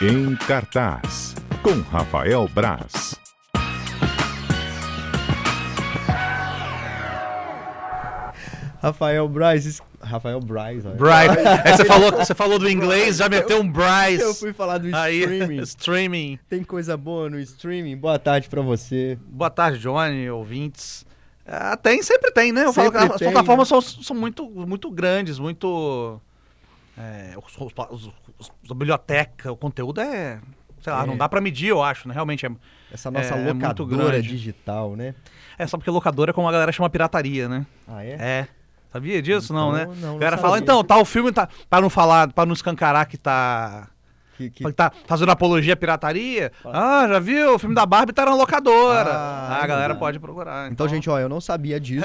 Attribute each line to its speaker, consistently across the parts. Speaker 1: Em cartaz, com Rafael Braz.
Speaker 2: Rafael Braz. es- Rafael Braz, olha.
Speaker 3: Bright. É que você falou, você falou do inglês, já meteu um Bryce.
Speaker 2: Eu fui falar do
Speaker 3: Aí,
Speaker 2: streaming.
Speaker 3: streaming.
Speaker 2: Tem coisa boa no streaming? Boa tarde pra você.
Speaker 3: Boa tarde, Johnny, ouvintes. Ah, tem, sempre tem, né? Eu falo que
Speaker 2: Sempre
Speaker 3: as
Speaker 2: tem, né?
Speaker 3: plataformas são, são muito, muito grandes, muito. é, os, os, os- os- a biblioteca, o conteúdo é. Sei lá,
Speaker 2: É.
Speaker 3: não dá pra medir, eu acho, né? Realmente é.
Speaker 2: Essa nossa
Speaker 3: É, é muito
Speaker 2: locadora
Speaker 3: grande.
Speaker 2: digital, né?
Speaker 3: É só porque locadora é como a galera chama pirataria, né?
Speaker 2: Ah, é?
Speaker 3: É. Sabia disso? não, né?
Speaker 2: Então, não, não
Speaker 3: a galera
Speaker 2: sabia.
Speaker 3: fala, então, tá o filme, tá. Pra não falar, pra não escancarar que tá.
Speaker 2: Que, que-
Speaker 3: Que tá fazendo apologia à pirataria. Ah, já viu? O filme da Barbie tá na locadora.
Speaker 2: Ah,
Speaker 3: Ah, a galera
Speaker 2: verdade.
Speaker 3: pode procurar.
Speaker 2: Então, gente, ó, eu não sabia disso.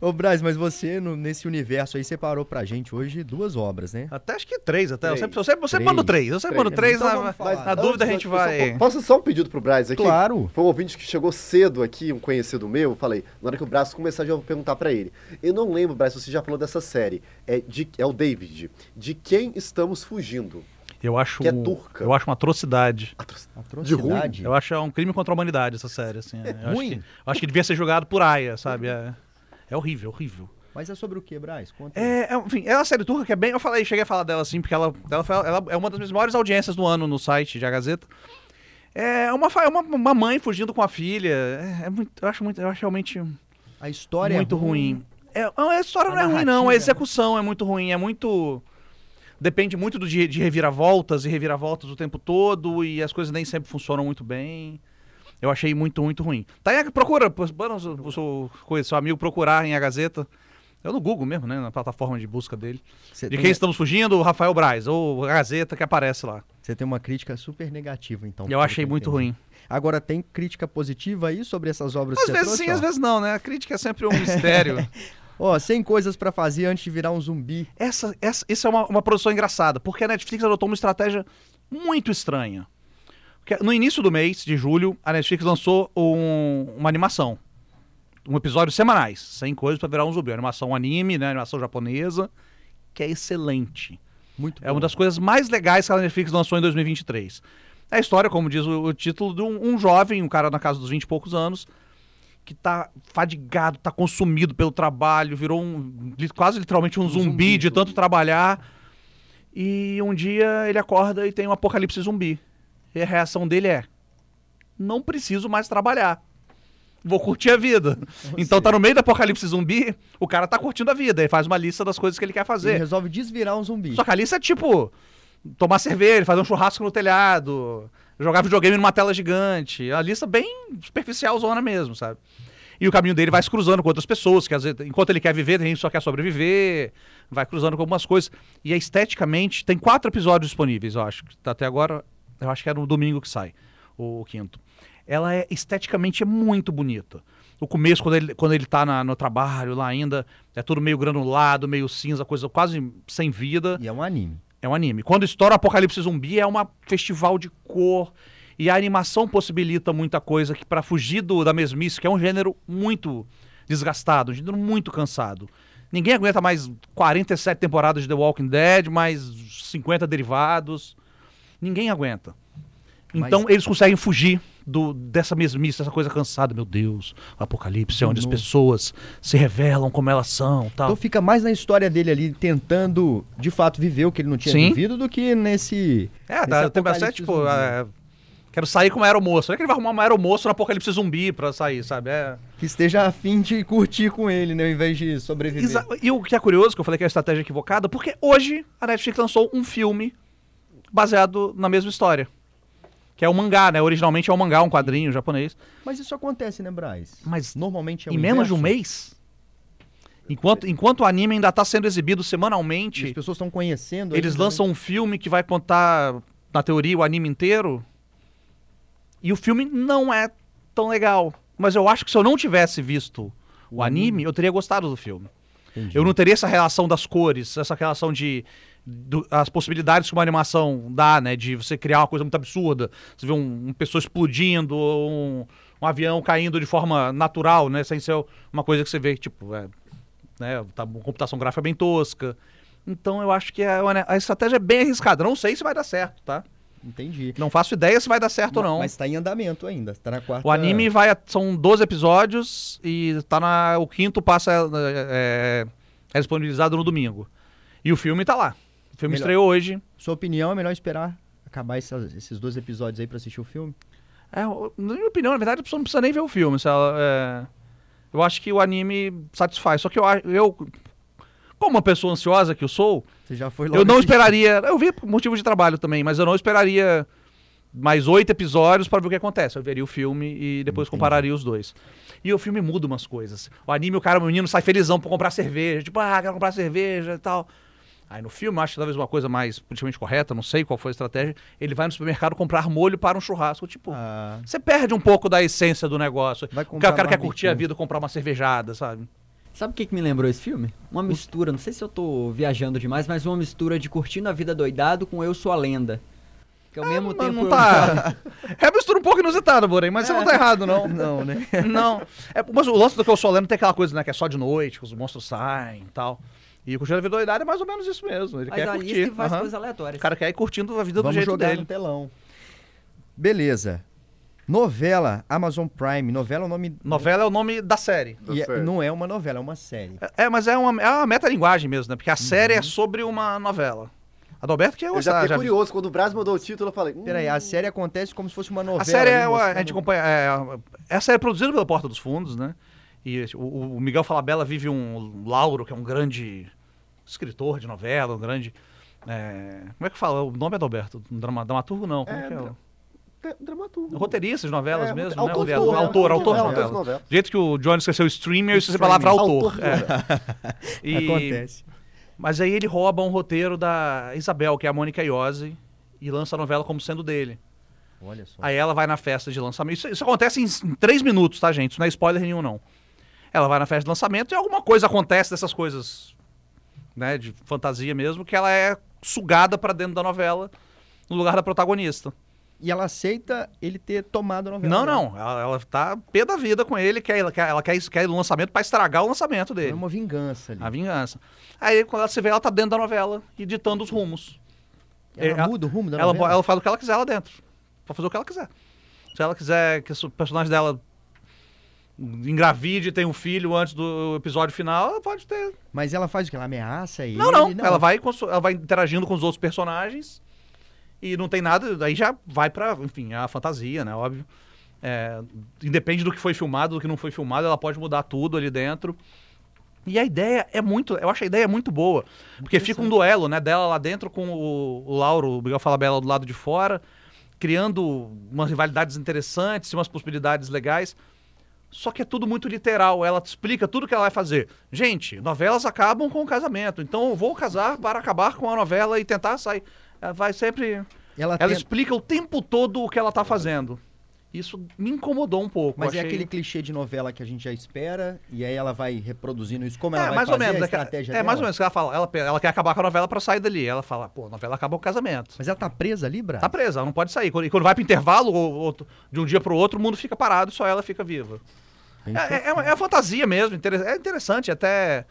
Speaker 2: Ô, Braz, mas você, no- nesse universo aí, separou pra gente hoje duas obras, né?
Speaker 3: Até acho que três, até.
Speaker 4: Três.
Speaker 3: Eu sempre, eu sempre, eu sempre
Speaker 2: Três.
Speaker 3: mando três. Eu sempre
Speaker 4: Três.
Speaker 3: mando três. né?
Speaker 2: Então
Speaker 3: na
Speaker 2: vamos falar.
Speaker 3: na
Speaker 2: Antes
Speaker 3: dúvida a
Speaker 4: Antes
Speaker 3: gente
Speaker 4: da discussão,
Speaker 3: vai.
Speaker 4: po- Posso só um pedido pro
Speaker 3: É
Speaker 4: Braz aqui?
Speaker 2: Claro.
Speaker 4: Foi um ouvinte que chegou cedo aqui, um conhecido meu. eu Falei, na hora que o Braz começar, já vou perguntar pra ele. Eu não lembro, Braz, se você já falou dessa série. É, de, é o David. De quem estamos fugindo?
Speaker 3: Eu acho.
Speaker 4: Que é turca.
Speaker 3: Eu acho uma atrocidade.
Speaker 2: Atrocidade.
Speaker 3: Eu acho é um crime contra a humanidade essa série, assim. é. Eu
Speaker 2: Ruim?
Speaker 3: Acho que, eu acho que devia ser julgado por aia, sabe? É, é horrível, horrível.
Speaker 2: Mas é sobre o que, Braz? Conta aí.
Speaker 3: É, é, enfim, é uma série turca que é bem. Eu falei, cheguei a falar dela assim, porque ela, ela, foi- ela é uma das minhas maiores audiências do ano no site de A Gazeta. É uma, fa- uma, uma mãe fugindo com a filha. É, é muito, eu acho muito, eu acho realmente
Speaker 2: A história
Speaker 3: muito
Speaker 2: é
Speaker 3: ruim. É, não, a história
Speaker 2: A
Speaker 3: não é ruim, não. A
Speaker 2: narrativa.
Speaker 3: execução é muito ruim. É muito. Depende muito do de, de reviravoltas e reviravoltas o tempo todo. E as coisas nem sempre funcionam muito bem. Eu achei muito, muito ruim. Tá aí, procura. pô, manda o seu- o seu, coisa, seu amigo procurar em A Gazeta. Eu no Google mesmo, né? Na plataforma de busca dele.
Speaker 2: Você
Speaker 3: de
Speaker 2: tem,
Speaker 3: quem estamos fugindo? O Rafael Braz, ou a Gazeta que aparece lá.
Speaker 2: você tem uma crítica super negativa, então.
Speaker 3: Eu
Speaker 2: pelo
Speaker 3: achei
Speaker 2: que eu
Speaker 3: muito
Speaker 2: entendi.
Speaker 3: ruim.
Speaker 2: Agora, tem crítica positiva aí sobre essas obras
Speaker 3: Às
Speaker 2: que
Speaker 3: vezes
Speaker 2: você trouxe,
Speaker 3: sim,
Speaker 2: ó?
Speaker 3: às vezes não, né? A crítica é sempre um mistério.
Speaker 2: Ó, 100 coisas pra fazer antes de virar um zumbi.
Speaker 3: essa, essa, isso é uma, uma produção engraçada, porque a Netflix adotou uma estratégia muito estranha. Porque no início do mês de julho, a Netflix lançou um- uma animação. Um episódio semanais, sem coisas pra virar um zumbi. Uma Animação anime, né? Animação japonesa, que é excelente.
Speaker 2: Muito
Speaker 3: É uma das coisas mais legais que a Netflix lançou em 2023. É a história, como diz o, o título, de um, um jovem, um cara na casa dos 20 e poucos anos, que tá fadigado, tá consumido pelo trabalho, virou um, li- quase literalmente um, zumbi,
Speaker 4: zumbi,
Speaker 3: de tanto
Speaker 4: zumbi.
Speaker 3: trabalhar. E um dia ele acorda e tem um apocalipse zumbi. E a reação dele é: não preciso mais trabalhar. Vou curtir a vida. Então tá no meio do apocalipse zumbi, o cara tá curtindo a vida. Ele faz uma lista das coisas que ele quer
Speaker 2: Ele
Speaker 3: fazer.
Speaker 2: resolve desvirar um zumbi.
Speaker 3: Só que ali isso é tipo tomar cerveja, fazer um churrasco no telhado, jogar videogame numa tela gigante. É uma lista bem superficial zona mesmo, sabe? E o caminho dele vai se cruzando com outras pessoas, que às vezes, enquanto ele quer viver, a gente só quer sobreviver, vai cruzando com algumas coisas. E esteticamente, tem quatro episódios disponíveis, eu acho. que Tá até agora, eu acho que era no domingo que sai, o, o quinto. Ela é esteticamente é muito bonita. O começo, quando ele, quando ele tá na- no trabalho lá ainda, é tudo meio granulado, meio cinza, coisa quase sem vida.
Speaker 2: E é um anime.
Speaker 3: É um anime. Quando estoura o Apocalipse Zumbi, é um festival de cor. E a animação possibilita muita coisa que, para fugir do- da mesmice, que é um gênero muito desgastado, um gênero muito cansado. Ninguém aguenta mais 47 temporadas de The Walking Dead, mais 50 derivados. Ninguém aguenta.
Speaker 2: Mas-
Speaker 3: Então eles conseguem fugir do- dessa mesmice, dessa coisa cansada. Meu Deus, o apocalipse é onde as
Speaker 2: Nossa.
Speaker 3: pessoas se revelam como elas são tal.
Speaker 2: Então fica mais na história dele ali, tentando de fato viver o que ele não tinha
Speaker 3: Sim.
Speaker 2: vivido, do que nesse.
Speaker 3: É,
Speaker 2: Esse
Speaker 3: tá, tem
Speaker 2: apocalipse
Speaker 3: bastante, tipo,
Speaker 2: zumbi.
Speaker 3: é, quero sair com um aeromoço. Não é que ele vai arrumar um aeromoço no apocalipse zumbi pra sair, sabe? É-
Speaker 2: Que esteja afim de curtir com ele, né? Em vez de sobreviver.
Speaker 3: Exa- E o que é curioso, que eu falei que é uma estratégia equivocada, porque hoje a Netflix lançou um filme baseado na mesma história. Que é um mangá, né? Originalmente é um mangá, um quadrinho japonês.
Speaker 2: Mas isso acontece, né, Braz?
Speaker 3: Mas
Speaker 2: Normalmente é o
Speaker 3: em menos de um
Speaker 2: inverso.
Speaker 3: mês, enquanto, enquanto o anime ainda tá sendo exibido
Speaker 2: E As
Speaker 3: semanalmente,
Speaker 2: pessoas estão conhecendo.
Speaker 3: Eles
Speaker 2: ainda, né?
Speaker 3: lançam um filme que vai contar, na teoria, o anime inteiro. E o filme não é tão legal. Mas eu acho que se eu não tivesse visto o anime, eu teria gostado do filme.
Speaker 2: Uhum. Entendi.
Speaker 3: Eu não teria essa relação das cores, essa relação de. do- as possibilidades que uma animação dá, né? De você criar uma coisa muito absurda. Você vê um- uma pessoa explodindo, ou um, um avião caindo de forma natural, né? Sem ser uma coisa que você vê, tipo, é, né? Tá, uma computação gráfica bem tosca. Então eu acho que a, a estratégia é bem arriscada. Não sei se vai dar certo, tá?
Speaker 2: Entendi.
Speaker 3: Não faço ideia se vai dar certo ou não.
Speaker 2: Mas tá em andamento ainda, tá na quarta.
Speaker 3: O anime vai. a- São 12 episódios e tá na. O quinto passa. É, é disponibilizado no domingo. E o filme tá lá. O filme
Speaker 2: Melhor.
Speaker 3: estreou hoje.
Speaker 2: Sua opinião é melhor esperar acabar essas- esses dois episódios aí pra assistir o filme?
Speaker 3: É, o- na minha opinião, na verdade, a pessoa não precisa nem ver o filme. se ela, é, Eu acho que o anime satisfaz. Só que eu. a- eu como uma pessoa ansiosa que eu sou,
Speaker 2: Você já foi logo
Speaker 3: eu não
Speaker 2: assistir.
Speaker 3: esperaria. Eu vi por motivo de trabalho também, mas eu não esperaria mais oito episódios pra ver o que acontece. Eu veria o filme e depois compararia os dois. E o filme muda umas coisas. O anime, o cara, o menino sai felizão pra comprar cerveja. Tipo, ah, quero comprar cerveja e tal. Aí no filme, eu acho talvez uma coisa mais politicamente correta, não sei qual foi a estratégia. Ele vai no supermercado comprar molho para um churrasco. Tipo,
Speaker 2: Ah,
Speaker 3: você perde um pouco da essência do negócio.
Speaker 2: Vai
Speaker 3: o
Speaker 2: comprar
Speaker 3: cara, o cara quer
Speaker 2: barbecue.
Speaker 3: curtir a vida, comprar uma cervejada, sabe?
Speaker 5: Sabe o que, que me lembrou esse filme? Uma mistura, não sei se eu tô viajando demais, mas uma mistura de Curtindo a Vida Doidado com Eu Sou a Lenda. Que ao mesmo
Speaker 3: Ah, Mas
Speaker 5: tempo.
Speaker 3: não
Speaker 5: eu- É.
Speaker 3: tá. É uma mistura um pouco inusitada, porém, mas você não tá errado, não.
Speaker 2: não, né?
Speaker 3: Não. É, mas o lance do que eu sou lendo tem aquela coisa, né? Que é só de noite, que os monstros saem e tal. E o Curtindo a Vida Doidada é mais ou menos isso mesmo. Ele
Speaker 5: Mas
Speaker 3: quer
Speaker 5: a
Speaker 3: curtir.
Speaker 5: lista e faz
Speaker 3: aham.
Speaker 5: coisas
Speaker 3: O
Speaker 5: aleatórias.
Speaker 3: cara quer ir curtindo a vida do
Speaker 2: Vamos
Speaker 3: jeito
Speaker 2: jogar
Speaker 3: dele.
Speaker 2: no telão. Beleza. Novela Amazon Prime. Novela é o nome.
Speaker 3: Novela é o nome da série.
Speaker 4: Tá
Speaker 2: e é-
Speaker 4: certo.
Speaker 2: não é uma novela, é uma série.
Speaker 3: É, mas é uma, é uma metalinguagem mesmo, né? Porque a série
Speaker 5: Uhum.
Speaker 3: é sobre uma novela. Adalberto que ia
Speaker 4: Eu já
Speaker 3: gostar,
Speaker 4: fiquei
Speaker 3: é já vi.
Speaker 4: curioso. Quando o Braz mandou o título, eu falei. Hum,
Speaker 2: Peraí, a série acontece como se fosse uma novela.
Speaker 3: A série
Speaker 2: ali
Speaker 3: é, uma- a gente
Speaker 2: mostrando-
Speaker 3: acompanha- é, essa é produzida pela Porta dos Fundos, né? E o, o Miguel Falabella vive um Lauro, que é um grande escritor de novela, um grande. é, como é que fala? O nome é Adalberto? Drama- Dramaturgo não. Como é,
Speaker 4: É,
Speaker 3: que é?
Speaker 4: dra- é dramaturgo.
Speaker 3: Roteirista de
Speaker 4: É,
Speaker 3: novelas mesmo, né?
Speaker 4: autor de
Speaker 3: Roteiro-
Speaker 4: novela,
Speaker 3: Autor, autor de
Speaker 4: novela, autor de
Speaker 3: novela.
Speaker 4: novela.
Speaker 3: Do jeito que o John esqueceu o streamer, eu esqueci a
Speaker 2: Streaming.
Speaker 3: palavra autor.
Speaker 4: de
Speaker 3: é.
Speaker 4: novela.
Speaker 3: E-
Speaker 2: É, Acontece.
Speaker 3: mas aí ele rouba um roteiro da Isabel, que é a Mônica Iose, e lança a novela como sendo dele.
Speaker 2: Olha só.
Speaker 3: Aí ela vai na festa de lançamento. Isso, isso acontece em, em três minutos, tá, gente? Isso não é spoiler nenhum, não. Ela vai na festa de lançamento e alguma coisa acontece dessas coisas, né, de fantasia mesmo, que ela é sugada pra dentro da novela, no lugar da protagonista.
Speaker 2: E ela aceita ele ter tomado a novela.
Speaker 3: Não,
Speaker 2: dela.
Speaker 3: não. Ela, ela tá pé da vida com ele, quer, ela, quer, ela quer, quer ir no lançamento pra estragar o lançamento
Speaker 2: É
Speaker 3: dele.
Speaker 2: uma vingança ali.
Speaker 3: A vingança. Aí, quando ela se vê, ela tá dentro da novela e ditando os rumos.
Speaker 2: Ela
Speaker 3: ela-
Speaker 2: muda o rumo da
Speaker 3: é, Ela,
Speaker 2: novela?
Speaker 3: ela faz o que ela quiser lá dentro. Pode fazer o que ela quiser. Se ela quiser que o personagem dela engravide e tenha um filho antes do episódio final, ela pode ter.
Speaker 2: Mas ela faz o que? Ela ameaça ele?
Speaker 3: não, não. Ela vai, constru- ela vai interagindo com os outros personagens e não tem nada. Daí já vai pra, enfim, a fantasia, né? Óbvio. É, independe do que foi filmado, do que não foi filmado, ela pode mudar tudo ali dentro. E a ideia é muito. Eu acho a ideia muito boa. Porque fica um duelo, né? Dela lá dentro com o, o Lauro, o Miguel Falabella do lado de fora, criando umas rivalidades interessantes, umas possibilidades legais. Só que é tudo muito literal. Ela te explica tudo que ela vai fazer. Gente, novelas acabam com o casamento. Então eu vou casar para acabar com a novela e tentar sair. Ela vai sempre.
Speaker 2: Ela,
Speaker 3: Ela
Speaker 2: tenta-
Speaker 3: explica o tempo todo o que ela tá fazendo. Isso me incomodou um pouco.
Speaker 2: Mas é
Speaker 3: achei-
Speaker 2: aquele clichê de novela que a gente já espera, e aí ela vai reproduzindo isso. Como ela
Speaker 3: é,
Speaker 2: vai
Speaker 3: mais
Speaker 2: fazer
Speaker 3: ou menos.
Speaker 2: a
Speaker 3: é que-
Speaker 2: estratégia
Speaker 3: é,
Speaker 2: dela?
Speaker 3: mais ou menos. que Ela, fala, ela, ela quer acabar com a novela pra sair dali. Ela fala, pô, a novela acaba o casamento.
Speaker 2: Mas ela tá presa ali, Brás?
Speaker 3: Tá presa, ela não pode sair. Quando- E quando vai pro intervalo, ou- ou- de um dia pro outro, o mundo fica parado, só ela fica viva. É, é, é uma, é uma fantasia mesmo, inter- é interessante, até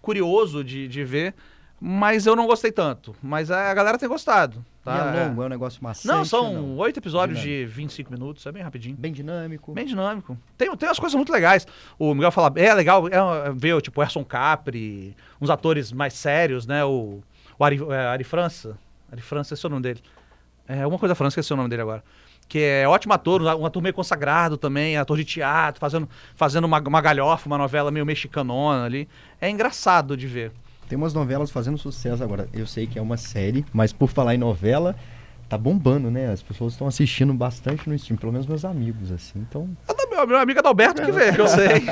Speaker 3: curioso de, de ver, mas eu não gostei tanto. Mas a galera tem gostado. Tá?
Speaker 2: E é longo, é um negócio maçante.
Speaker 3: Não,
Speaker 2: ou
Speaker 3: são
Speaker 2: não?
Speaker 3: oito episódios de 25 minutos, é bem rapidinho.
Speaker 2: Bem dinâmico.
Speaker 3: Bem dinâmico. Tem, tem umas coisas muito legais. O Miguel fala, é legal é, ver, tipo, Erson Capri, uns atores mais sérios, né? O, o Ari, é, Ari França. Ari França, esse é o nome dele. É alguma coisa da França, esqueci o nome dele agora. Que é ótimo ator, um ator meio consagrado também, ator de teatro, fazendo, fazendo uma, uma galhofa, uma novela meio mexicanona ali. É engraçado de ver.
Speaker 2: Tem umas novelas fazendo sucesso agora. Eu sei que é uma série, mas por falar em novela, tá bombando, né? As pessoas estão assistindo bastante no stream, pelo menos meus amigos, assim. Então,
Speaker 3: É da meu, meu amigo Adalberto que vê, que eu sei.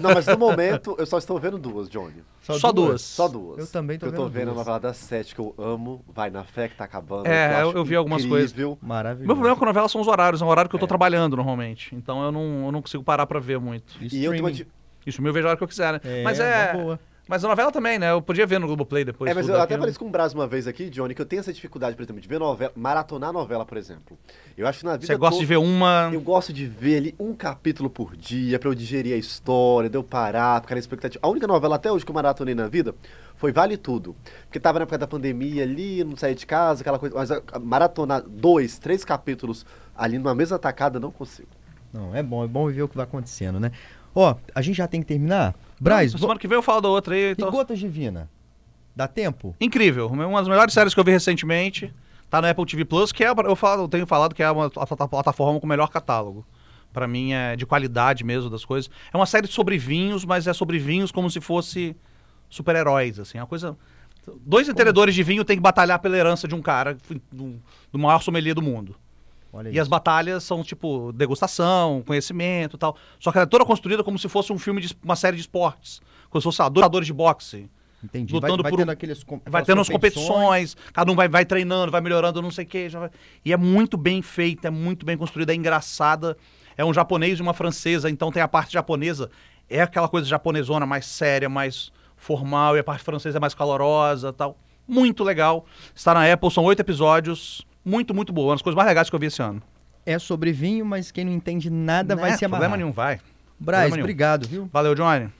Speaker 4: Não, mas no momento eu só estou vendo duas, Johnny.
Speaker 3: Só, duas.
Speaker 4: Só duas.
Speaker 2: Eu também tô
Speaker 4: Eu tô
Speaker 2: vendo
Speaker 4: vendo a
Speaker 2: duas.
Speaker 4: novela das sete que eu amo. Vai na fé que tá acabando.
Speaker 3: É,
Speaker 4: que
Speaker 3: eu-
Speaker 4: acho
Speaker 3: eu vi algumas
Speaker 4: incrível.
Speaker 2: maravilhoso.
Speaker 3: Meu problema com novela são os horários, é um horário que eu tô trabalhando normalmente. Então eu não, eu não consigo parar pra ver muito.
Speaker 4: E eu tenho uma,
Speaker 2: Streaming.
Speaker 4: di-
Speaker 3: Isso meu eu vejo a hora que eu quiser, né?
Speaker 2: É,
Speaker 3: Mas
Speaker 2: uma
Speaker 3: é.
Speaker 2: boa.
Speaker 3: Mas a novela também, né? Eu podia ver no Globoplay depois.
Speaker 4: É, mas
Speaker 3: tudo
Speaker 4: eu até
Speaker 3: aquilo.
Speaker 4: falei isso com o Braz uma vez aqui, Johnny, que eu tenho essa dificuldade, por exemplo, de ver novela, maratonar novela, por exemplo. Eu acho que na vida.
Speaker 3: Você gosta
Speaker 4: toda-
Speaker 3: de ver um- uma.
Speaker 4: Eu gosto de ver ali um capítulo por dia pra eu digerir a história, de eu parar, ficar na expectativa. A única novela até hoje que eu maratonei na vida foi Vale Tudo. Porque tava na época da pandemia ali, não saía de casa, aquela coisa. Mas ah, maratonar dois, três capítulos ali numa mesma tacada, não consigo.
Speaker 2: Não, é bom, é bom ver o que vai acontecendo, né? Ó, a gente já tem que terminar? Braz,
Speaker 3: Não,
Speaker 2: go-
Speaker 3: Semana que vem eu falo da outra aí.
Speaker 2: e
Speaker 3: então-
Speaker 2: Gotas Divina? Dá tempo?
Speaker 3: Incrível. Uma das melhores séries que eu vi recentemente. Tá na Apple TV Plus, que é, eu, falo, eu tenho falado que é uma, a plata- plataforma com o melhor catálogo. Pra mim é de qualidade mesmo das coisas. É uma série sobre vinhos, mas é sobre vinhos como se fosse super-heróis, assim. É uma coisa. Dois entendedores de vinho têm que batalhar pela herança de um cara, do, do maior sommelier do mundo.
Speaker 2: Olha
Speaker 3: E as batalhas são tipo degustação, conhecimento e tal. Só que ela é toda construída como se fosse um filme de uma série de esportes. Como se fosse lutadores de boxe.
Speaker 2: Entendi. vai,
Speaker 3: lutando
Speaker 2: vai
Speaker 3: por
Speaker 2: tendo
Speaker 3: um-
Speaker 2: aqueles com-
Speaker 3: Vai
Speaker 2: aquelas
Speaker 3: tendo as competições, cada um vai, vai treinando, vai melhorando, não sei o quê. já vai- E é muito bem feita, é muito bem construída, é engraçada. É um japonês e uma francesa, então tem a parte japonesa, é aquela coisa japonesona mais séria, mais formal, e a parte francesa é mais calorosa tal. Muito legal. Está na Apple, são oito episódios. Muito, muito boa. Uma das coisas mais legais que eu vi esse ano.
Speaker 2: É sobre vinho, mas quem não entende nada
Speaker 3: Não
Speaker 2: vai
Speaker 3: é,
Speaker 2: se amarrar.
Speaker 3: Problema nenhum, vai.
Speaker 2: Braz,
Speaker 3: problema nenhum.
Speaker 2: obrigado, viu?
Speaker 3: Valeu, Johnny.